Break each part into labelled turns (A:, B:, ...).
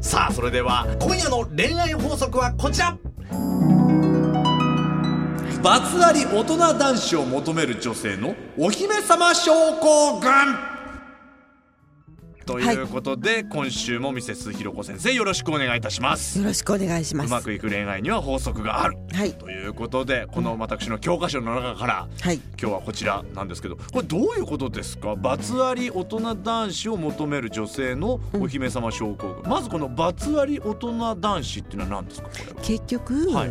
A: さあそれでは今夜の恋愛法則はこちら
B: バツあり大人男子を求める女性のお姫様症候群ということで、今週もミセスひろこ先生よろしくお願いいたします
C: よろしくお願いしま
B: う
C: す
B: まくいく恋愛には法則がある、
C: はい
B: ということでこの私の教科書の中から、
C: はい
B: 今日はこちらなんですけどこれどういうことですかバツあり大人男子を求める女性のお姫様症候群、まずこのバツあり大人男子っていうのは何ですかこれは
C: 結局、
B: はい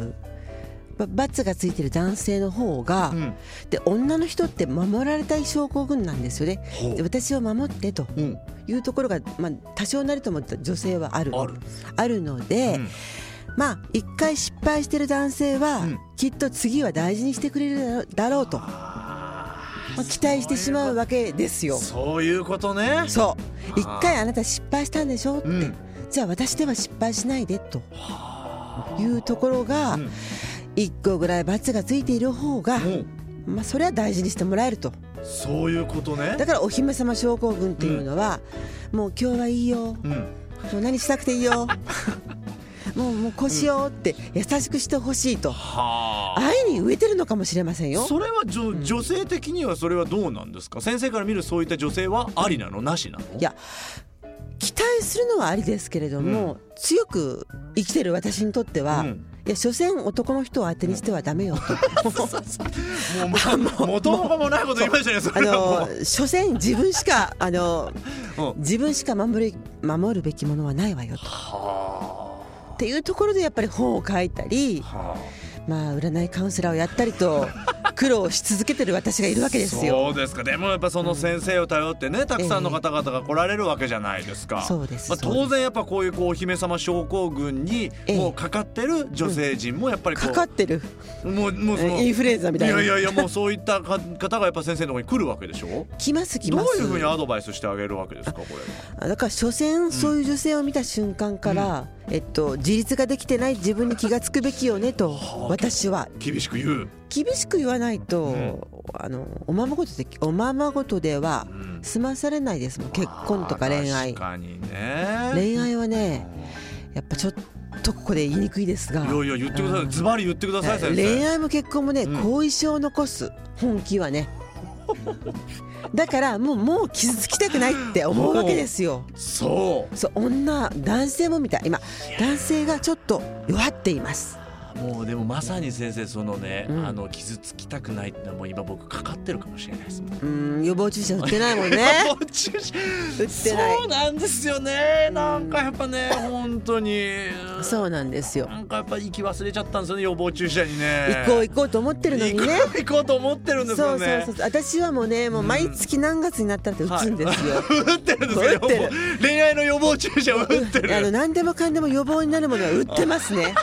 C: ばバツがついてる男性の方が、
B: うん
C: で女の人って守られたい症候群なんですよね
B: ほう
C: で私を守ってと
B: うん
C: いうところが、まあ、多少なりとも女性はある
B: ある
C: あるので、
B: うん
C: まあ一回失敗してる男性は、
B: ん
C: きっと次は大事にしてくれるだろうだろうと、まあ期待してしまうわけですよ。
B: そういうことね
C: そう一回あなた失敗したんでしょって、
B: うん
C: じゃあ私では失敗しないでというところが
B: ん
C: 一個ぐらい罰がついている方が、
B: うん
C: まあ、それは大事にしてもらえると
B: そういうことね
C: だからお姫様症候群っていうのは、もう今日はいいよ
B: うん
C: もう何したくていい よもうもうこうしようって優しくしてほしいと
B: はあ
C: 愛に飢えてるのかもしれませんよ
B: それはじょ女性的にはそれはどうなんですか先生から見るそういった女性はありなのなしなの
C: いや期待するのはありですけれども、強く生きてる私にとっては、
B: うん
C: いや所詮男の人を当てにしてはダメよと、
B: もう、まあ、元も子もないこと言いましたね、そ
C: あ
B: れはも
C: の
B: う。
C: 所詮自分しかあの
B: うん
C: 自分しか守る守るべきものはないわよと。っていうところでやっぱり本を書いたり、
B: は
C: まあ、占いカウンセラーをやった りと苦労し続けてる私がいるわけですよ。
B: そうですかでもやっぱその先生を頼ってねたくさんの方々が来られるわけじゃないですか、
C: ええそうです
B: まあ、
C: そうです
B: 当然やっぱこういうこうお姫様症候群に
C: ええ
B: もうかかってる女性陣もやっぱりこ
C: か
B: う
C: かってる
B: もうもうその
C: インフルエンザみたいな
B: やいやいやもうそういったか方がやっぱ先生のところに来るわけでしょ
C: 来ます来
B: どう
C: ます
B: いうふうにアドバイスしてあげるわけですかこれ
C: あだから所詮そういう女性を見た瞬間から、えっと、自立ができてない自分に気がつくべきよねと私は
B: 厳しく言う
C: 厳しく言わないと、
B: ん
C: あのおままごとでおままごとでは
B: ん
C: 済まされないですもん結婚とか恋愛
B: 確かにね
C: 恋愛はねやっぱちょっとここで言いにくいですが
B: いやいや言ってくださいズバリ言ってください先生
C: 恋愛も結婚もね、後遺症を残す本気はねだからもうもう傷つきたくないって思うわけですよ
B: そう
C: そう女男性もみたい今男性がちょっと弱っています
B: もうでもまさに先生そのね、
C: うん
B: あの傷つきたくないってのはもう今僕かかってるかもしれないですもんね。
C: うん予防注射打ってないも んね
B: もう注射
C: 打ってない
B: そうなんですよねなんかやっぱ ね本当に
C: そうなんですよ
B: なんかやっぱ行き忘れちゃったんですよね予防注射にね
C: 行こう行こうと思ってるのにね
B: 行こう行こうと思ってるんです
C: そ
B: よ
C: うそう
B: ね
C: そうそう私はもうねもう毎月何月になったらって打つんですよ、
B: 打ってるんですよ予
C: 打って
B: 防
C: る
B: 恋愛の予防注射を 打って
C: あの
B: る
C: 何でもかんでも予防になるものは売ってます ね。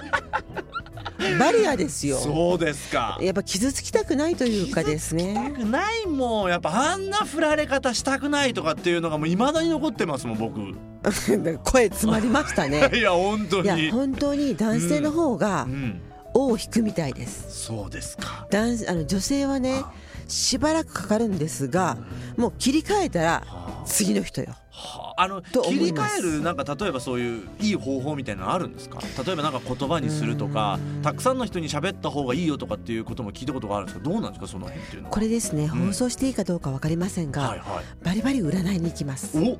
C: バリアですよ。
B: そうですか
C: やっぱ傷つきたくないというかです
B: した
C: ね。
B: くないもんやっぱあんな振られ方したくないとかっていうのがもう未だに残ってますもん僕
C: 声詰まりましたね。
B: いや本当
C: い
B: に
C: や本当に男性の方が
B: うん
C: 尾を引くみたいです。
B: そうですか。
C: 男あの女性はねしばらくかかるんですが、もう切り替えたら次の人よ。
B: はあ、あの
C: と
B: 切
C: 思
B: り
C: いま
B: 替
C: す
B: えるなんか例えばそういういい方法みたいなのあるんですか。例えばなんか言葉にするとか、たくさんの人に喋った方がいいよとかっていうことも聞いたことがあるんですけど、どうなんですかその辺っていうのは。
C: これですね
B: ん
C: 放送していいかどうかわかりませんが、
B: はいはい。
C: バリバリ占いに行きます。
B: お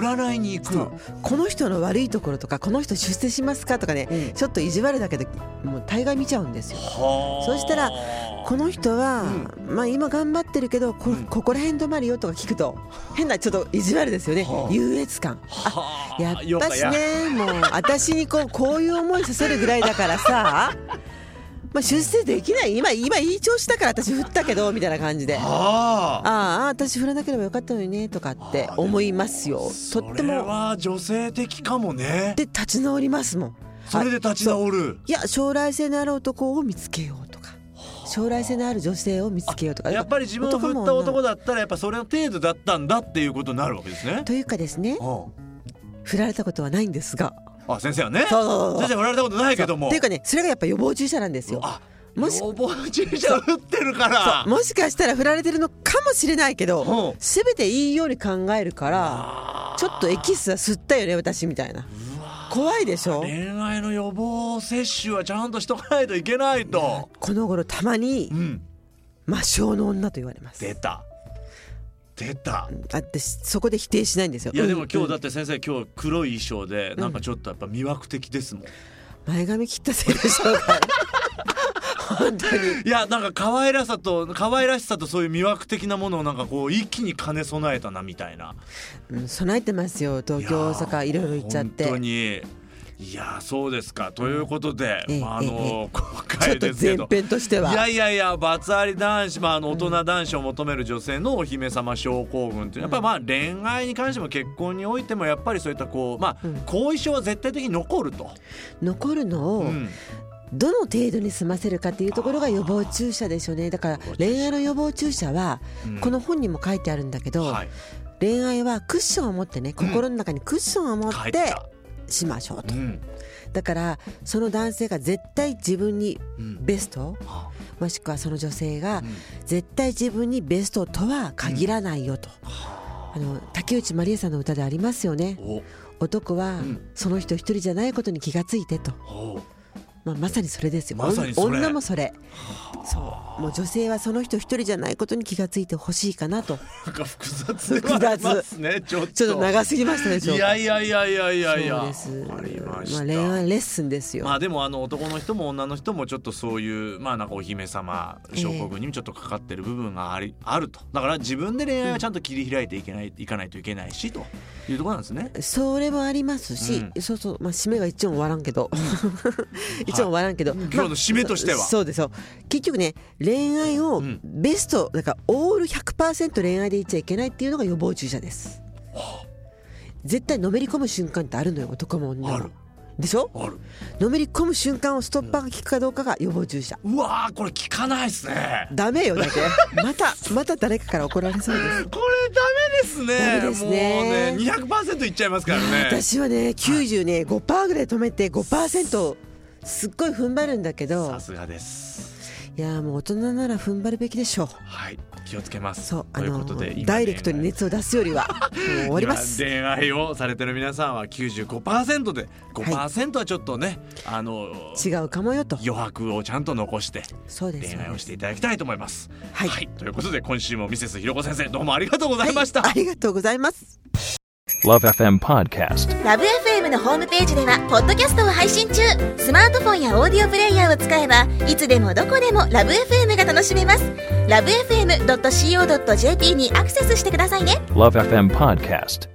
B: 占いに行く。
C: そうこの人の悪いところとかこの人出世しますかとかね、
B: うん
C: ちょっと意地悪だけどもう大概見ちゃうんですよ
B: はあ。
C: そしたらこの人は、まあ、今頑張ってるけどこ,、ここら辺止まるよとか聞くと変なちょっと意地悪ですよね、
B: はあ
C: 優越感
B: はあ
C: や
B: よ
C: っ
B: か
C: ぱしねもう私に こうこういう思いさせるぐらいだからさまあ出世できない今今いい調子だから私振ったけどみたいな感じで。
B: はあ。
C: ああ私振らなければよかったのにねとかって思いますよとって
B: それ
C: も
B: は女性的かもね。
C: で立ち直りますもん
B: それで立ち
C: あそう
B: 直る。
C: いや将来性のある男を見つけようとか将来性のある女性を見つけようとか
B: やっぱり自分を振った男
C: だ
B: だったらやっぱそれの程度だったんだっていうことになるわけですね。
C: というかですね
B: うん
C: 振られたことはないんですが
B: あ先生はね
C: そうそうそう
B: 先生振られたことないけども
C: というかねそれがやっぱ予防注射なんですよ
B: あ
C: もし
B: 予防注射打ってるから
C: もしかしたら振られてるのかもしれないけ
B: うん
C: ど全ていいように考えるからちょっとエキスは吸ったよね私みたいな怖いでしょ
B: 恋愛の予防接種はちゃんとしとかないといけないと。
C: この頃たまに
B: うん、
C: 魔性の女と言われます
B: 出た。出た。
C: だってそこで否定しないんですよ
B: いやで
C: う
B: も
C: ん
B: 今日だって先生今日黒い衣装でなんかちょっとやっぱ魅惑的ですもん。
C: 前髪切ったせいでしょうか 本当に
B: いやなんか可愛らしさと可愛らしさとそういう魅惑的なものをなんかこう一気に兼ね備えたなみたいな。
C: うん備えてますよ東京大阪いろいろ行っちゃっ
B: 本当
C: て
B: にいやそうですかということで、
C: ええ
B: まあ、あ
C: え
B: の今
C: ちょ
B: 回
C: っと
B: ですけ
C: 前
B: ど。
C: 編としてはい
B: やいやいや、バツあり男子、まあ、あの、大人男子を求める女性のお姫様症候群っていうのは、やっぱりまあ、恋愛に関しても結婚においても、やっぱりそういったこう、まあ、後遺症は絶対的に残ると。
C: 残るのを
B: うん
C: どの程度に済ませるかっていうところが予防注射でしょうねだから恋愛の予防注射は
B: うん
C: この本にも書いてあるんだけど、
B: はい。
C: 恋愛はクッションを持ってね心の中にクッションを持っ
B: 書いて
C: て
B: た。
C: しましょうと
B: うん。
C: だからその男性が絶対自分に
B: うん。
C: ベスト
B: は
C: もしくはその女性が
B: うん
C: 絶対自分にベストとは限らないよと、あの竹内まりえさんの歌でありますよね
B: お。
C: 男は
B: ん
C: その人一人じゃないことに気がついてと、
B: お。
C: まあ、まさにそれですよ、
B: まさにそれ
C: 女もそれそうもう女性はその人一人じゃないことに気がついてほしいかな と
B: なんか複雑ではありますね、ちょっと。
C: ちょっと長すぎましたでしょ
B: いやいやいやいやいやいや。
C: そう
B: あ
C: で
B: り
C: す
B: まし
C: ま
B: た。
C: あ、恋愛レッスンですよ、
B: まあでもあの男の人も女の人もちょっとそういうまあなんかお姫様症候群にもちょっとかかってる部分があり、あるとだから自分で恋愛はちゃんと切り開いていけない、いかないといけないしというところなんですね。
C: それもありますし、
B: う
C: そうそう、まあ、締めが一応終わらんけど 一応終わらんけど、
B: 今日の締めとしては
C: まあそそうですよ結局ね恋愛を
B: ん
C: ベスト、だからオール100%恋愛でいっちゃいけないっていうのが予防注射です絶対のめり込む瞬間ってあるのよ男も女も
B: ある
C: でしょ
B: ある
C: のめり込む瞬間をストッパーが効くかどうかが予防注射
B: うわーこれ聞かないですね。
C: ダメよだって またまた誰かから怒られそうです
B: これダメですね。
C: ダメですね
B: もうね200%いっちゃいますからね。
C: 私はね95%ぐらい止めて5%すっごい踏ん張るんだけど
B: さすがです。
C: いやもう大人なら踏ん張るべきでしょう
B: はい気をつけます。
C: そうあ
B: というこ
C: の
B: とで今
C: ダイレクトに
B: 恋愛
C: 熱を出すよりはもう終わります
B: 今恋愛をされてる皆さんは95%で5%はちょっとね、あの
C: 違うかもよと
B: 余白をちゃんと残して
C: そうです
B: 恋愛をして
C: そう
B: いただきたいと思います。
C: はい
B: ということで今週もミセスひろこ先生どうもありがとうございました。
C: ですありがとうございます
D: Love FM Podcast.
E: ラブ f m のホームページではポッドキャストを配信中スマートフォンやオーディオプレイヤーを使えばいつでもどこでもラブ f m が楽しめますラブ FM.co.jp にアクセスしてくださいね
D: Love FM Podcast.